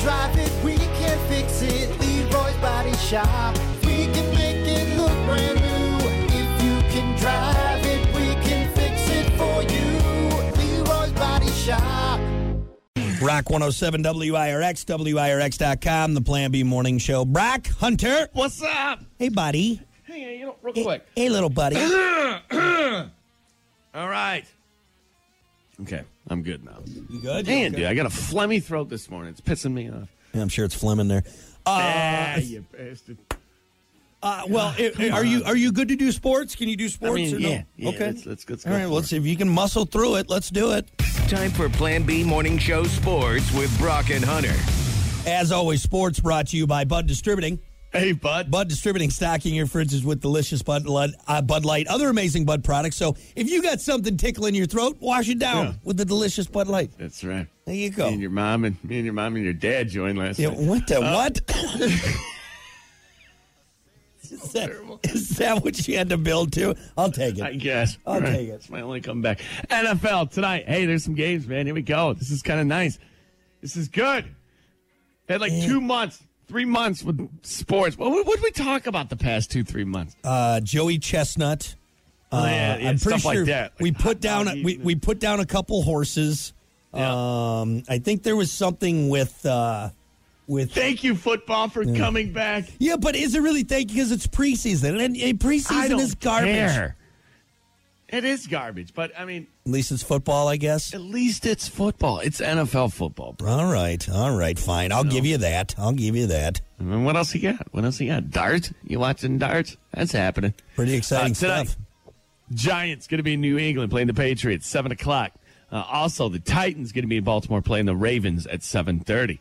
drive it, we can fix it. Leroy's Body Shop. We can make it look brand new. If you can drive it, we can fix it for you. Leroy's Body Shop. Rock 107 WIRX, WIRX.com, the Plan B morning show. Brock Hunter. What's up? Hey, buddy. Hang on, you know, real quick. Hey, little buddy. All right. Okay, I'm good now. You good? Man, dude, I got a phlegmy throat this morning. It's pissing me off. Yeah, I'm sure it's Flem in there. Uh, ah, you bastard. uh, well, i- i- are you are you good to do sports? Can you do sports? mean, or no? yeah, yeah, okay. let's- let's- let's go All right. for Well, let's it. see if you can muscle through it. Let's do it. Time for Plan B Morning Show Sports with Brock and Hunter. As always, sports brought to you by Bud Distributing. Hey, bud. Bud Distributing stocking your fridges with delicious Bud Light, uh, Bud Light, other amazing Bud products. So if you got something tickling your throat, wash it down Yeah. with the delicious Bud Light. That's right. There you go. Me and your mom and me and your mom and your dad joined last Yeah, night. what the what? is, that, is that what you had to build to? I'll take I it. guess. I'll All take it. It's my only comeback. NFL tonight. Hey, there's some games, man. Here we go. This is kind of nice. This is good. Had like two months, three months with sports. What what did we talk about the past two, three months? Uh, Joey Chestnut. Oh, Uh, I'm pretty stuff sure like that. Like we hot put down dog we, eating. we put down a couple horses. Um, I think there was something with uh, with Thank you, football, for coming back. yeah, but is it really thank because it's preseason and, and I preseason don't is garbage. care. It is garbage, but I mean, At least it's football, I guess. at least it's football. It's NFL football, bro. All right, all right, fine. I'll give you that. I'll give you that. I mean, what else you got? What else you got? Dart? You watching darts? That's happening. Pretty exciting Uh, tonight, stuff. Giants going to be in New England playing the Patriots seven o'clock. Uh, also, the Titans going to be in Baltimore playing the Ravens at seven thirty.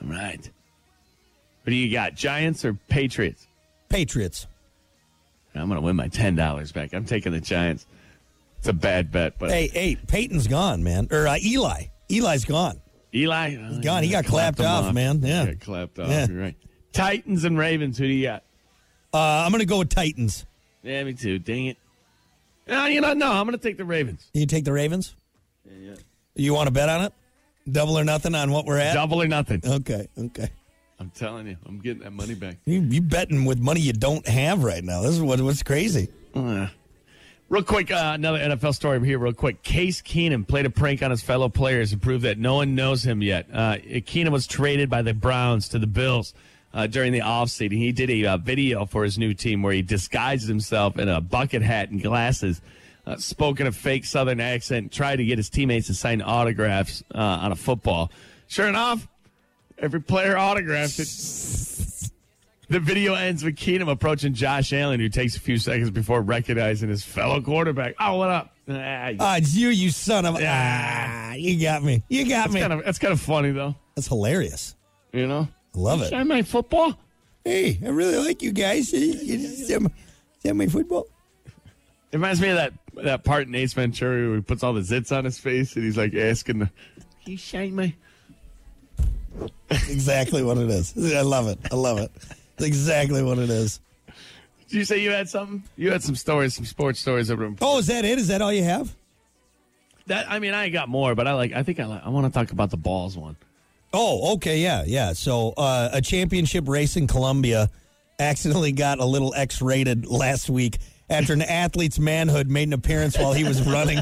All right. What do you got? Giants or Patriots? Patriots. I'm going to win my ten dollars back. I'm taking the Giants. It's a bad bet, but Hey, hey, Peyton's gone, man. Or uh, Eli. Eli's gone. Eli oh, gone. He got clapped him off, man. He Yeah. got clapped off. Yeah. You're right. Titans and Ravens. Who do you got? Uh, I'm going to go with Titans. Yeah, me too. Dang it. No, you know, no. I'm going to take the Ravens. You take the Ravens? You want to bet on it? Double or nothing on what we're at? Double or nothing. Okay, okay. I'm telling you, I'm getting that money back. You you betting with money you don't have right now. This is what what's crazy. Uh, real quick, uh, another NFL story here, real quick. Case Keenum played a prank on his fellow players to prove that no one knows him yet. Uh, Keenum was traded by the Browns to the Bills uh, during the offseason. He did a uh, video for his new team where he disguised himself in a bucket hat and glasses. Uh, spoke in a fake southern accent, tried to get his teammates to sign autographs uh, on a football. Sure enough, every player autographed it. The video ends with Keenum approaching Josh Allen, who takes a few seconds before recognizing his fellow quarterback. Oh, what up? Ah, yeah. Ah, it's you, you son of Yeah. ah, you got me. You got that's me. kind of that's kind of funny though. That's hilarious. You know, I love it. Am I football? Hey, I really like you guys. Is that my- is that my football? It reminds me of that that part in Ace Ventura where he puts all the zits on his face and he's like asking the, "You shine my." Exactly what it is. I love it. I love it. It's exactly what it is. Did you say you had something? You had some stories, some sports stories over. in- Oh, is that it? Is that all you have? That I mean, I got more, but I like. I think I like, I want to talk about the balls one. Oh, okay, yeah, yeah. So uh, a championship race in Colombia accidentally got a little X-rated last week after an athlete's manhood made an appearance while he was running.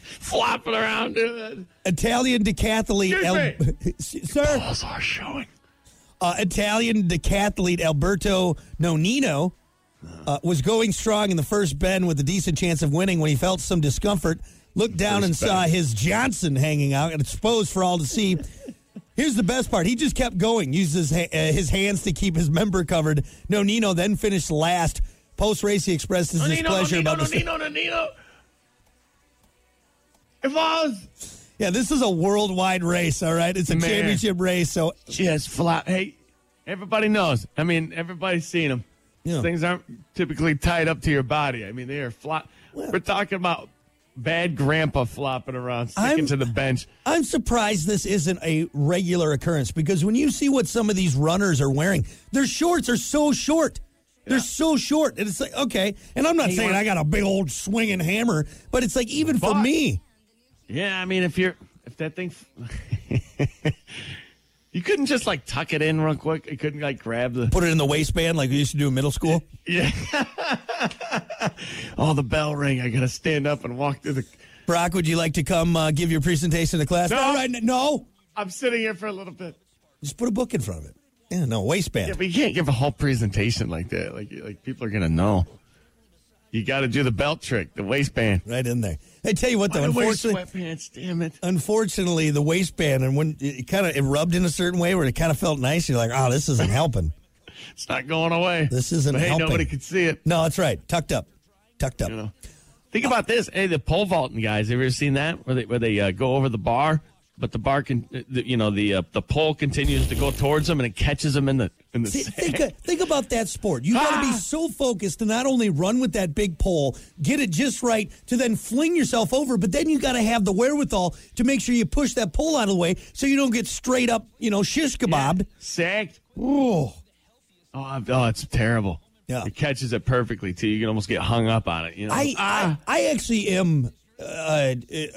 Flopping around, dude. Italian decathlete, Excuse sir. Balls are showing. Uh, Italian decathlete Alberto Nonino uh, was going strong in the first bend with a decent chance of winning when he felt some discomfort. Looked down and First saw bend. his Johnson hanging out and exposed for all to see. Here's the best part. He just kept going, used his, ha- uh, his hands to keep his member covered. Nonino then finished last. Post race, he expressed his displeasure about the. Nonino, Nonino. If I was Yeah, this is a worldwide race, all right? It's a Man. championship race, so just fly, hey, everybody knows. I mean, everybody's seen them. Yeah. Things aren't typically tied up to your body. I mean, they are flop. Well- We're talking about bad grandpa flopping around, sticking I'm- to the bench. I'm surprised this isn't a regular occurrence because when you see what some of these runners are wearing, their shorts are so short. They're so short. And it's like, okay. And I'm not you saying want- I got a big old swinging hammer, but it's like, even for But- me, Yeah, I mean, if you're if that thing, You couldn't just like tuck it in real quick. You couldn't like grab the Put it in the waistband like we used to do in middle school. oh the bell ring. I gotta stand up and walk through the. Brock, would you like to come uh, give your presentation to class? No. All right, n- no. I'm sitting here for a little bit. Just put a book in front of it. Yeah, no Yeah, waistband. but you can't give a whole presentation like that. Like like people are gonna know. You got to do the belt trick, the waistband. right in there. I tell you what, though, Why do I wear unfortunately, sweatpants. Damn it. unfortunately, the waistband and when it kind of it rubbed in a certain way where it kind of felt nice. You're like, oh, this isn't helping. It's not going away. This isn't But hey, helping. nobody could see it. No, that's right. Tucked up, tucked up. You know. Think about this. Hey, the pole vaulting guys. Have you ever seen that? Where they where they uh, go over the bar, but the bar can, uh, the, you know, the uh, the pole continues to go towards them and it catches them in the in the. See, sand. think, uh, think about that sport. You got to be Ah! so focused to not only run with that big pole, get it just right, to then fling yourself over, but then you got to have the wherewithal to make sure you push that pole out of the way so you don't get straight up, you know, shish kebabbed. Sacked. Ooh. Oh, I've- oh, it's terrible. Yeah. It catches it perfectly too. You can almost get hung up on it. You know. I, ah, I I actually am uh,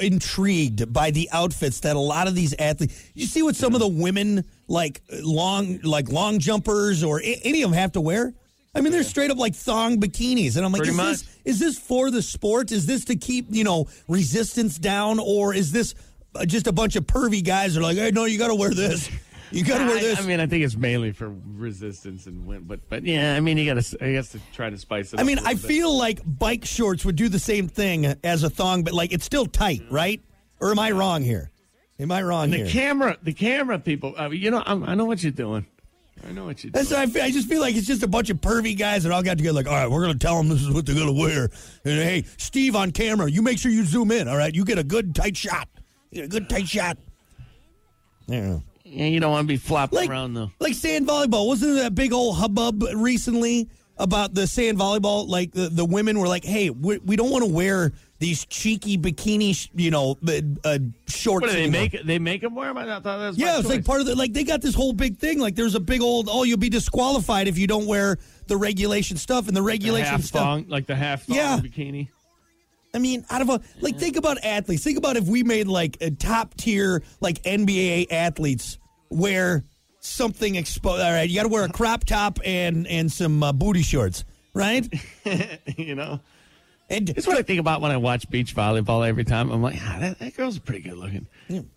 intrigued by the outfits that a lot of these athletes. You see what some of the women like long like long jumpers or a- any of them have to wear. I mean, they're straight up like thong bikinis, and I'm like, Pretty is much. this is this for the sport? Is this to keep you know resistance down, or is this uh, just a bunch of pervy guys who are like, hey, no, you got to wear this, you got to wear this. I, I mean, I think it's mainly for resistance and win, but but yeah, I mean, you got to, I guess, to try to spice it. I up mean, a little I bit. feel like bike shorts would do the same thing as a thong, but like it's still tight, right? Or am I wrong here? Am I wrong the here? camera, the camera people. I mean, you know, I'm, I know what you're doing. I know what you're doing. That's what I feel. I just feel like it's just a bunch of pervy guys that all got together. Like, all right, we're gonna tell them this is what they're gonna wear. And hey, Steve on camera, you make sure you zoom in. All right, you get a good tight shot. You get a good tight shot. Yeah. Yeah, you don't want to be flopping Like, around though. like sand volleyball. Wasn't there that big old hubbub recently about the sand volleyball? Like the, the women were like, "Hey, we, we don't want to wear these cheeky bikini, sh- you know, b- uh, shorts." What do they anymore." make? They make them wear them. I thought that was Yeah, by it's like choice. part of the like they got this whole big thing. Like there's a big old oh, you'll be disqualified if you don't wear the regulation stuff and the The regulation half stuff. thong, like the half thong Yeah. bikini. I mean, out of a like, think about athletes. Think about if we made like a top tier like NBA athletes wear something exposed. All right, you got to wear a crop top and and some uh, booty shorts, right? You know, And it's what I think about when I watch beach volleyball every time. I'm like, ah, that, that girl's pretty good looking.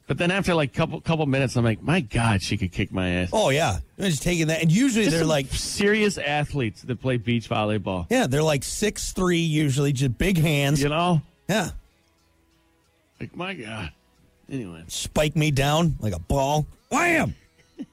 But then after like couple couple minutes, I'm like, my God, she could kick my ass. oh yeah, I'm just taking that. And usually Just they're some like, serious athletes that play beach volleyball. yeah, they're like six three usually, just big hands. You know, Yeah, like my God. Anyway, spike me down like a ball. Wham!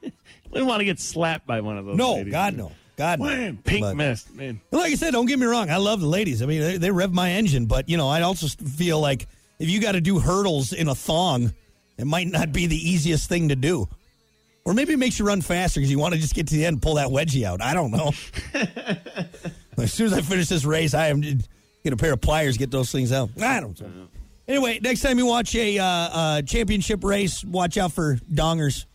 we don't want to get slapped by one of those. No, ladies. God no, God no. Wham, pink But- mist, man. And Like I said, don't get me wrong. I love the ladies. I mean, they, they rev my engine, but you know, I also feel like if you got to do hurdles in a thong, it might not be the easiest thing to do. Or maybe it makes you run faster because you want to just get to the end and pull that wedgie out. I don't know. as soon as I finish this race, I am get a pair of pliers, get those things out. I don't know. Anyway, next time you watch a uh, uh, championship race, watch out for dongers.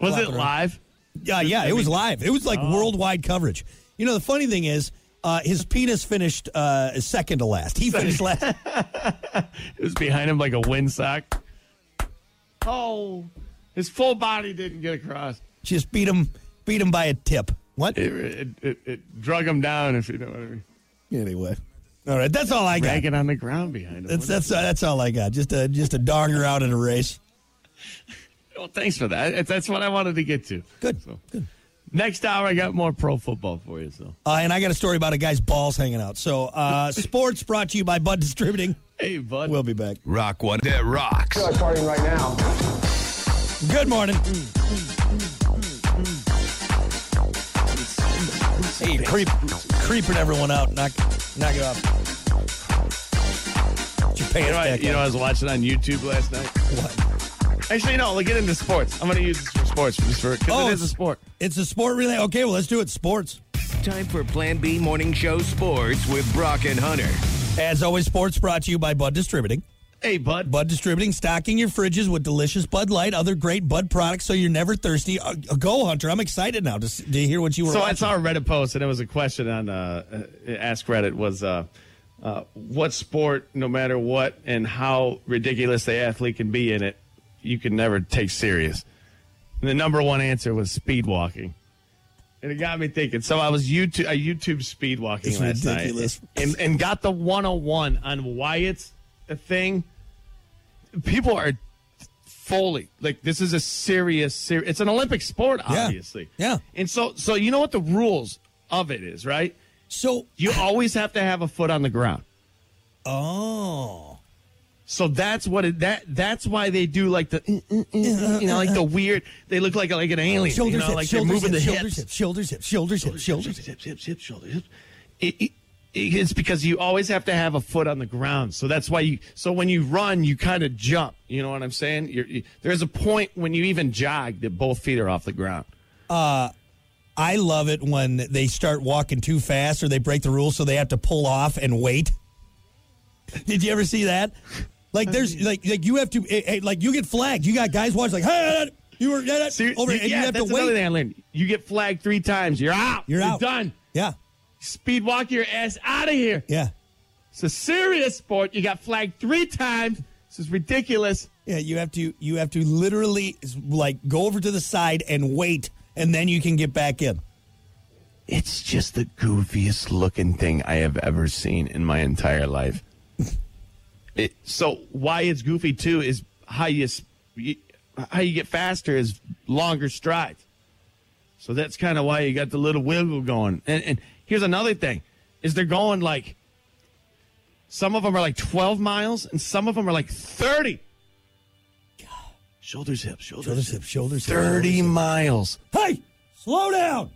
Was Flap it it around. live? Yeah, yeah, it was live. It was like worldwide coverage. You know, the funny thing is, uh, his penis finished uh, second to last. He finished last. It was behind him like a windsock. Oh, his full body didn't get across. Just beat him, beat him by a tip. What? It, it, it, it drug him down, if you know what I mean. Anyway, all right, that's all I got. Dragging on the ground behind him. That's that's uh, that's all I got. Just a just a donger out in a race. well, thanks for that. That's- That's what I wanted to get to. Good. So, Good. Next hour, I got more pro football for you. So, Uh, and I got a story about a guy's balls hanging out. So, uh, sports brought to you by Bud Distributing. hey, bud. We'll be back. Rock one that rocks. starting right now. Good morning. Hey, creep, creeping everyone out. Knock, knock it off. Put your you, pants know, I, back you know, I on. was watching on YouTube last night. What? Actually, no, let's get into sports. I'm going to use this for sports. Just for, 'cause Oh, it is a sport. It's a sport relay. Okay, well, let's do it. Sports. Time for Plan B Morning Show Sports with Brock and Hunter. As always, sports brought to you by Bud Distributing. Hey, bud. Bud Distributing, stocking your fridges with delicious Bud Light, other great Bud products, so you're never thirsty. Uh, go, Hunter. I'm excited now to, s- to hear what you were So I watching. saw a Reddit post, and it was a question on uh, uh, Ask Reddit was uh, uh, what sport, no matter what and how ridiculous the athlete can be in it, you can never take serious. And the number one answer was speed walking. And it got me thinking. So I was YouTube, I YouTube speed walking It's last ridiculous. night, and and got the 101 on why it's a thing. People are fully like this is a serious, serious. It's an Olympic sport, Yeah. obviously. Yeah. And so, so you know what the rules of it is, right? So, You always have to have a foot on the ground. oh, So that's what it, that that's why they do like the uh, uh, uh, you know like the weird they look like like an alien shoulders, you know hips, like they're shoulders, moving the hips, hips shoulders, hips, shoulders, hips, shoulders, hips, shoulders. hips, hips, hips, hips, shoulders, hips. It, it, it's because you always have to have a foot on the ground. So that's why you. So when you run, you kind of jump. You know what I'm saying? You're, you, there's a point when you even jog that both feet are off the ground. I love it when they start walking too fast or they break the rules so they have to pull off and wait. Did you ever see that? Like there's like like you have to eh, eh, like you get flagged. You got guys watching like hey you were eh, eh, Ser- over and yeah, you have that's to another wait. thing I learned. You get flagged three times, you're out. You're out. done. Yeah, Speed walk your ass out of here. yeah, It's a serious sport. You got flagged three times. This is ridiculous. yeah. You have to you have to literally like go over to the side and wait, and then you can get back in. It's just the goofiest looking thing I have ever seen in my entire life. it, so why it's goofy too is how you, s- you how you get faster is longer strides. So that's kind of why you got the little wiggle going. And, and here's another thing: is they're going like some of them are like 12 miles and some of them are like 30. Shoulders hips, shoulders, Shoulders hips, shoulders hips, 30 shoulders hips. miles. Hey, slow down.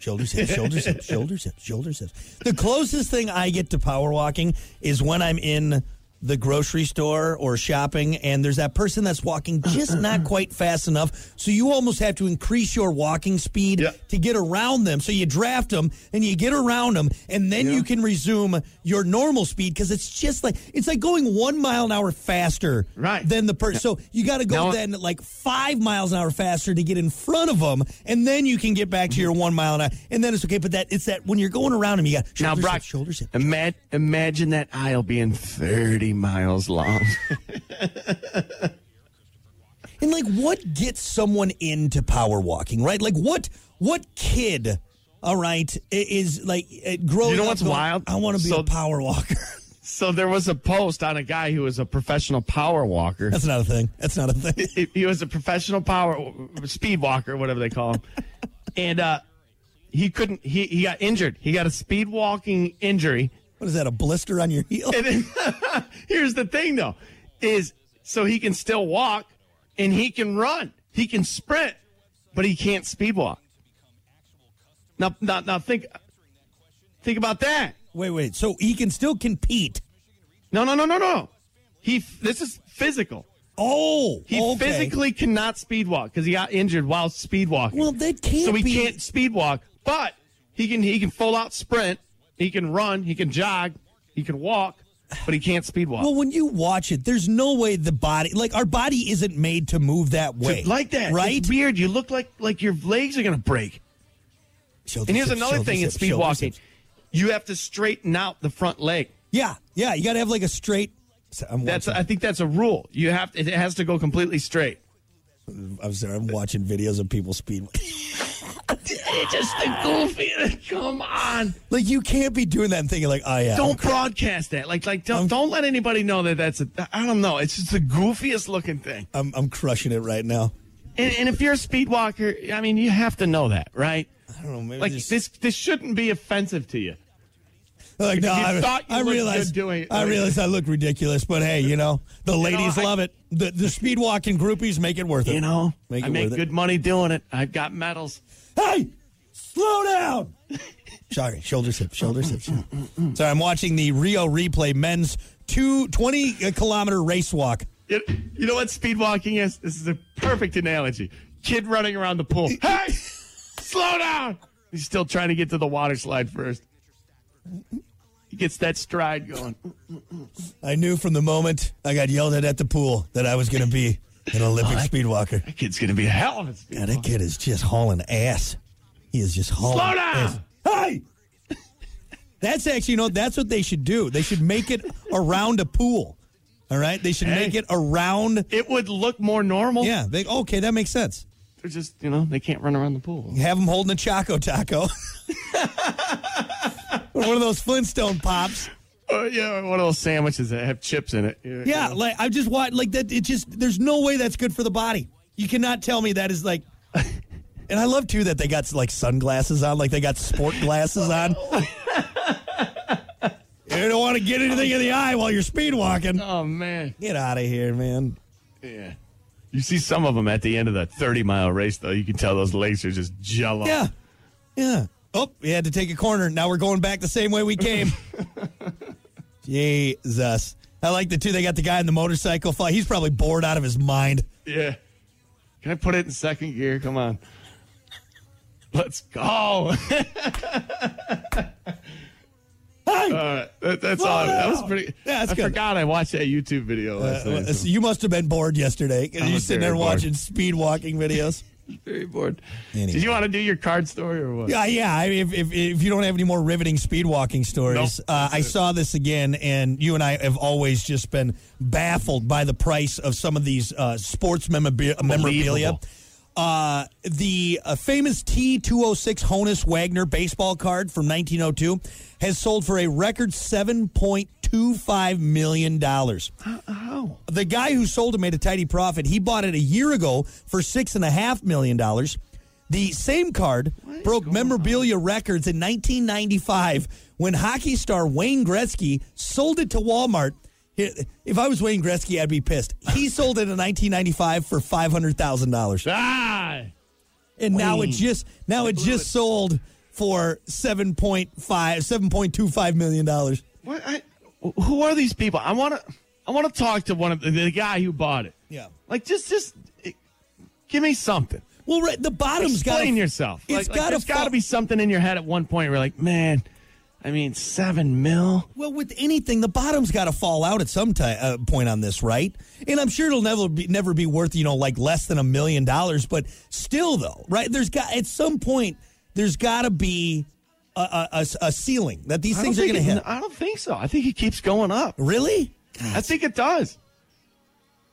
shoulders hips, shoulders hips, shoulders hips, shoulders hips. The closest thing I get to power walking is when I'm in the grocery store or shopping and there's that person that's walking just not quite fast enough. So you almost have to increase your walking speed Yeah. to get around them. So you draft them and you get around them and then you can resume your normal speed because it's just like it's like going one mile an hour faster Right. than the person. So you got to go Now- then and, like five miles an hour faster to get in front of them, and then you can get back to your one mile an hour, and then it's okay. But that it's that when you're going around him, you got Mm-hmm. Now, shoulders Brock, up, shoulders up. ima- imagine that aisle being 30 miles long. and like what gets someone into power walking, right? Like what what kid, all right, i- is like uh, growing? You know up what's going, wild? I want to be So- a power walker. so there was a post on a guy who was a professional power walker. That's not a thing. That's not a thing. He- He was a professional power speed walker, whatever they call him. and uh, he couldn't, he, he got injured. He got a speed walking injury. What is that? A blister on your heel? And then, here's the thing though, is so he can still walk and he can run, he can sprint, but he can't speed walk. Now, now, now think, think about that. Wait, wait. So he can still compete. No, no, no, no, no. He, this is physical. Oh, He okay. physically cannot speed walk because he got injured while speed walking. Well, that can't so he be- can't speed walk, but he can, he can full out sprint, he can run, he can jog, he can walk, but he can't speed walk. Well, when you watch it, there's no way the body, like our body, isn't made to move that way, like that. right? It's weird. You look like like your legs are gonna break. Shoulders And here's up, another shoulders thing in up, speed shoulders walking. up. You have to straighten out the front leg. Yeah, yeah. You got to have like a straight. so I'm That's watching, I think that's a rule. You have to, it has to go completely straight. I'm sorry. I'm watching videos of people speed. It's just the goofy. Come on. Like you can't be doing that and thinking like, oh yeah, Don't broadcast that. Like like don't don't let anybody know that that's a I don't know. It's just the goofiest looking thing. I'm, I'm I'm crushing it right now. And, and if you're a speed walker, I mean, you have to know that, right? I don't know. Maybe Like just, this this shouldn't be offensive to you. Like no, you I, thought you I looked realize good doing it. I realize I look ridiculous, but hey, you know the ladies I- love it. The the speed walking groupies make it worth it. You know, Make I it make worth it. good money doing it. I've got medals. Hey, slow down. Sorry, shoulders hip, shoulders hip. Sorry, I'm watching the Rio replay men's two, 20 kilometer race walk. You, you know what speed walking is? This is a perfect analogy. Kid running around the pool. Hey, slow down. He's still trying to get to the water slide first. He gets that stride going. I knew from the moment I got yelled at at the pool that I was going to be an Olympic speed walker. That kid's going to be a hell of a speed. God, Oh, that kid is just hauling ass. He is just hauling Slow down! ass. Hey! That's actually, you know, that's what they should do. They should make it around a pool. All right? They should Hey. make it around. It would look more normal. Yeah. They, okay, that makes sense. are just, you know, they can't run around the pool. Have them holding a Choco Taco. One of those Flintstone pops. Uh, yeah, one of those sandwiches that have chips in it. Yeah, like I just want like that. It just there's no way that's good for the body. You cannot tell me that is like. And I love too that they got like sunglasses on, like they got sport glasses on. you don't want to get anything in the eye while you're speed walking. Oh, man. Get out of here, man. Yeah. You see some of them at the end of the 30 mile race, though. You can tell those legs are just jello. Yeah, yeah. Oh, we had to take a corner. Now we're going back the same way we came. Jesus, I like the two. They got the guy in the motorcycle fight. He's probably bored out of his mind. Yeah. Can I put it in second gear? Come on. Let's go. Hey! All right. That, that's all. That was pretty. Yeah, that's I good. forgot I watched that YouTube video Uh, last night. well, so you must have been bored yesterday. I you was sitting there very bored. watching speed walking videos. very bored. Anyway. Did you want to do your card story or what? yeah, yeah. I mean, if, if, if you don't have any more riveting speed walking stories, Nope. uh, That's I it. saw this again, and you and I have always just been baffled by the price of some of these uh, sports memobi- memorabilia. Uh, the uh, famous T206 Honus Wagner baseball card from 1902 has sold for a record $7.25 million. The guy who sold it made a tidy profit. He bought it a year ago for six and a half million dollars. The same card broke memorabilia records in 1995 when hockey star Wayne Gretzky sold it to Walmart. Here- If I was Wayne Gretzky, I'd be pissed. He sold it in 1995 for five hundred thousand dollars, Ah. and now it Wayne. just now it Blew just it. sold for 7.5 7.25 million dollars. What? I, who are these people? I want to. I want to talk to one of the, the guy who bought it. Yeah. Like just, just eh, give me something. Well, right, the bottom's got Explain yourself. It's It's gotta there's got fo- to be something in your head at one point. Where you're like, man, I mean, seven mil. Well, with anything, the bottom's got to fall out at some ti uh, point on this, right? And I'm sure it'll never be never be worth you know like less than a million dollars, but still, though, right? There's got at some point there's got to be a, a, a s- a ceiling that these I things are don't going to think hit. it- I don't think so. I think it keeps going up. really? I think it does.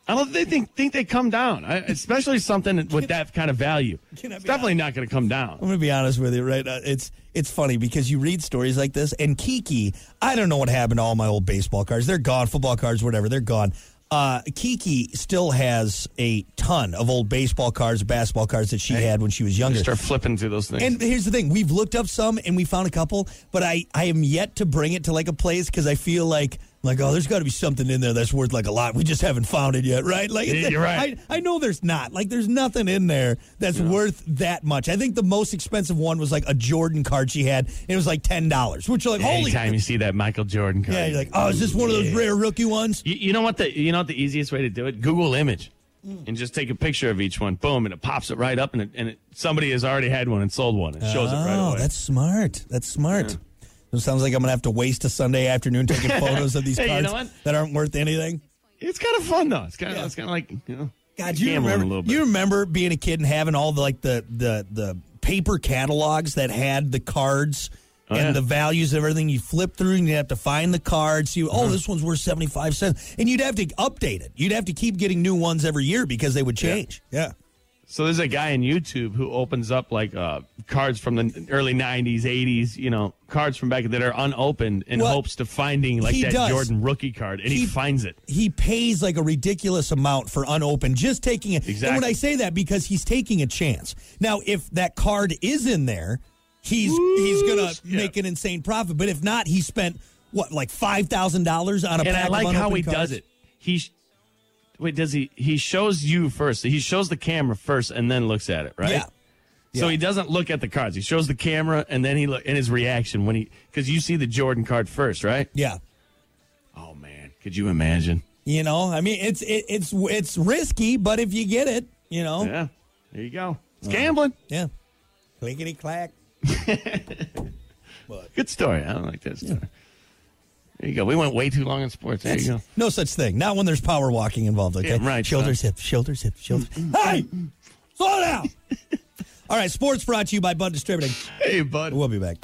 I don't think think, think they come down, I, especially something with that kind of value. Can I It's be Oh, definitely not going to come down. I'm going to be honest with you, right? Uh, it's it's funny because you read stories like this, and Kiki, I don't know what happened to all my old baseball cards. They're gone, football cards, whatever, they're gone. Uh, Kiki still has a ton of old baseball cards, basketball cards that she had when she was younger. Start flipping through those things. And here's the thing: we've looked up some and we found a couple, but I I am yet to bring it to like a place because I feel like like oh, there's got to be something in there that's worth like a lot. We just haven't found it yet, right? Like Yeah, you're right. I, I know there's not like there's nothing in there that's worth that much. I think the most expensive one was like a Jordan card she had. And it was like ten dollars, which you're like holy. Anytime you see that Michael Jordan card, Yeah, you're like, oh, is this one of those rare rookie ones? You, you know what the you know what the easiest way to do it? Google image Mm. and just take a picture of each one. Boom, and it pops it right up, and it, and it, somebody has already had one and sold one. It shows it right oh, away. that's smart. That's smart. It sounds like I'm gonna have to waste a Sunday afternoon taking photos of these Hey, you cards know what? that aren't worth anything. it's kind of fun though. It's kind of Yeah. it's kind of like you know. God, you gambling remember, a little bit. you remember being a kid and having all the like the the the paper catalogs that had the cards Oh, and yeah. the values of everything. You flip through and you have to find the cards. You Uh-huh. oh, this one's worth seventy five cents, and you'd have to update it. You'd have to keep getting new ones every year because they would change. Yeah, So there's a guy on YouTube who opens up like uh, cards from the early '90s, '80s, you know, cards from back that are unopened in Well, hopes to finding like he that does. Jordan rookie card, and he, He- finds it. he pays like a ridiculous amount for unopened, just taking it. And when Exactly. I say that, because he's taking a chance. Now, if that card is in there, he's he's gonna yeah. make an insane profit. But if not, he spent what like five thousand dollars on a And pack I of like how unopened he cards? does it. He sh- wait, does he? He shows you first. He shows the camera first, and then looks at it, right? Yeah. So Yeah. he doesn't look at the cards. He shows the camera, and then he look in his reaction when he because you see the Jordan card first, right? Yeah. Oh man, could you imagine? You know, I mean, it's it, it's it's risky, but if you get it, you know, yeah, Yeah, there you go. It's gambling. clickety clack. Good story. I don't like that story. There you go. We went way too long in sports. There you go. No such thing. Not when there's power walking involved. Okay, Yeah, right, Mm, Shoulders hip, shoulders hip, shoulders. hey, slow down. All right, sports brought to you by Bud Distributing. Hey, bud. We'll be back.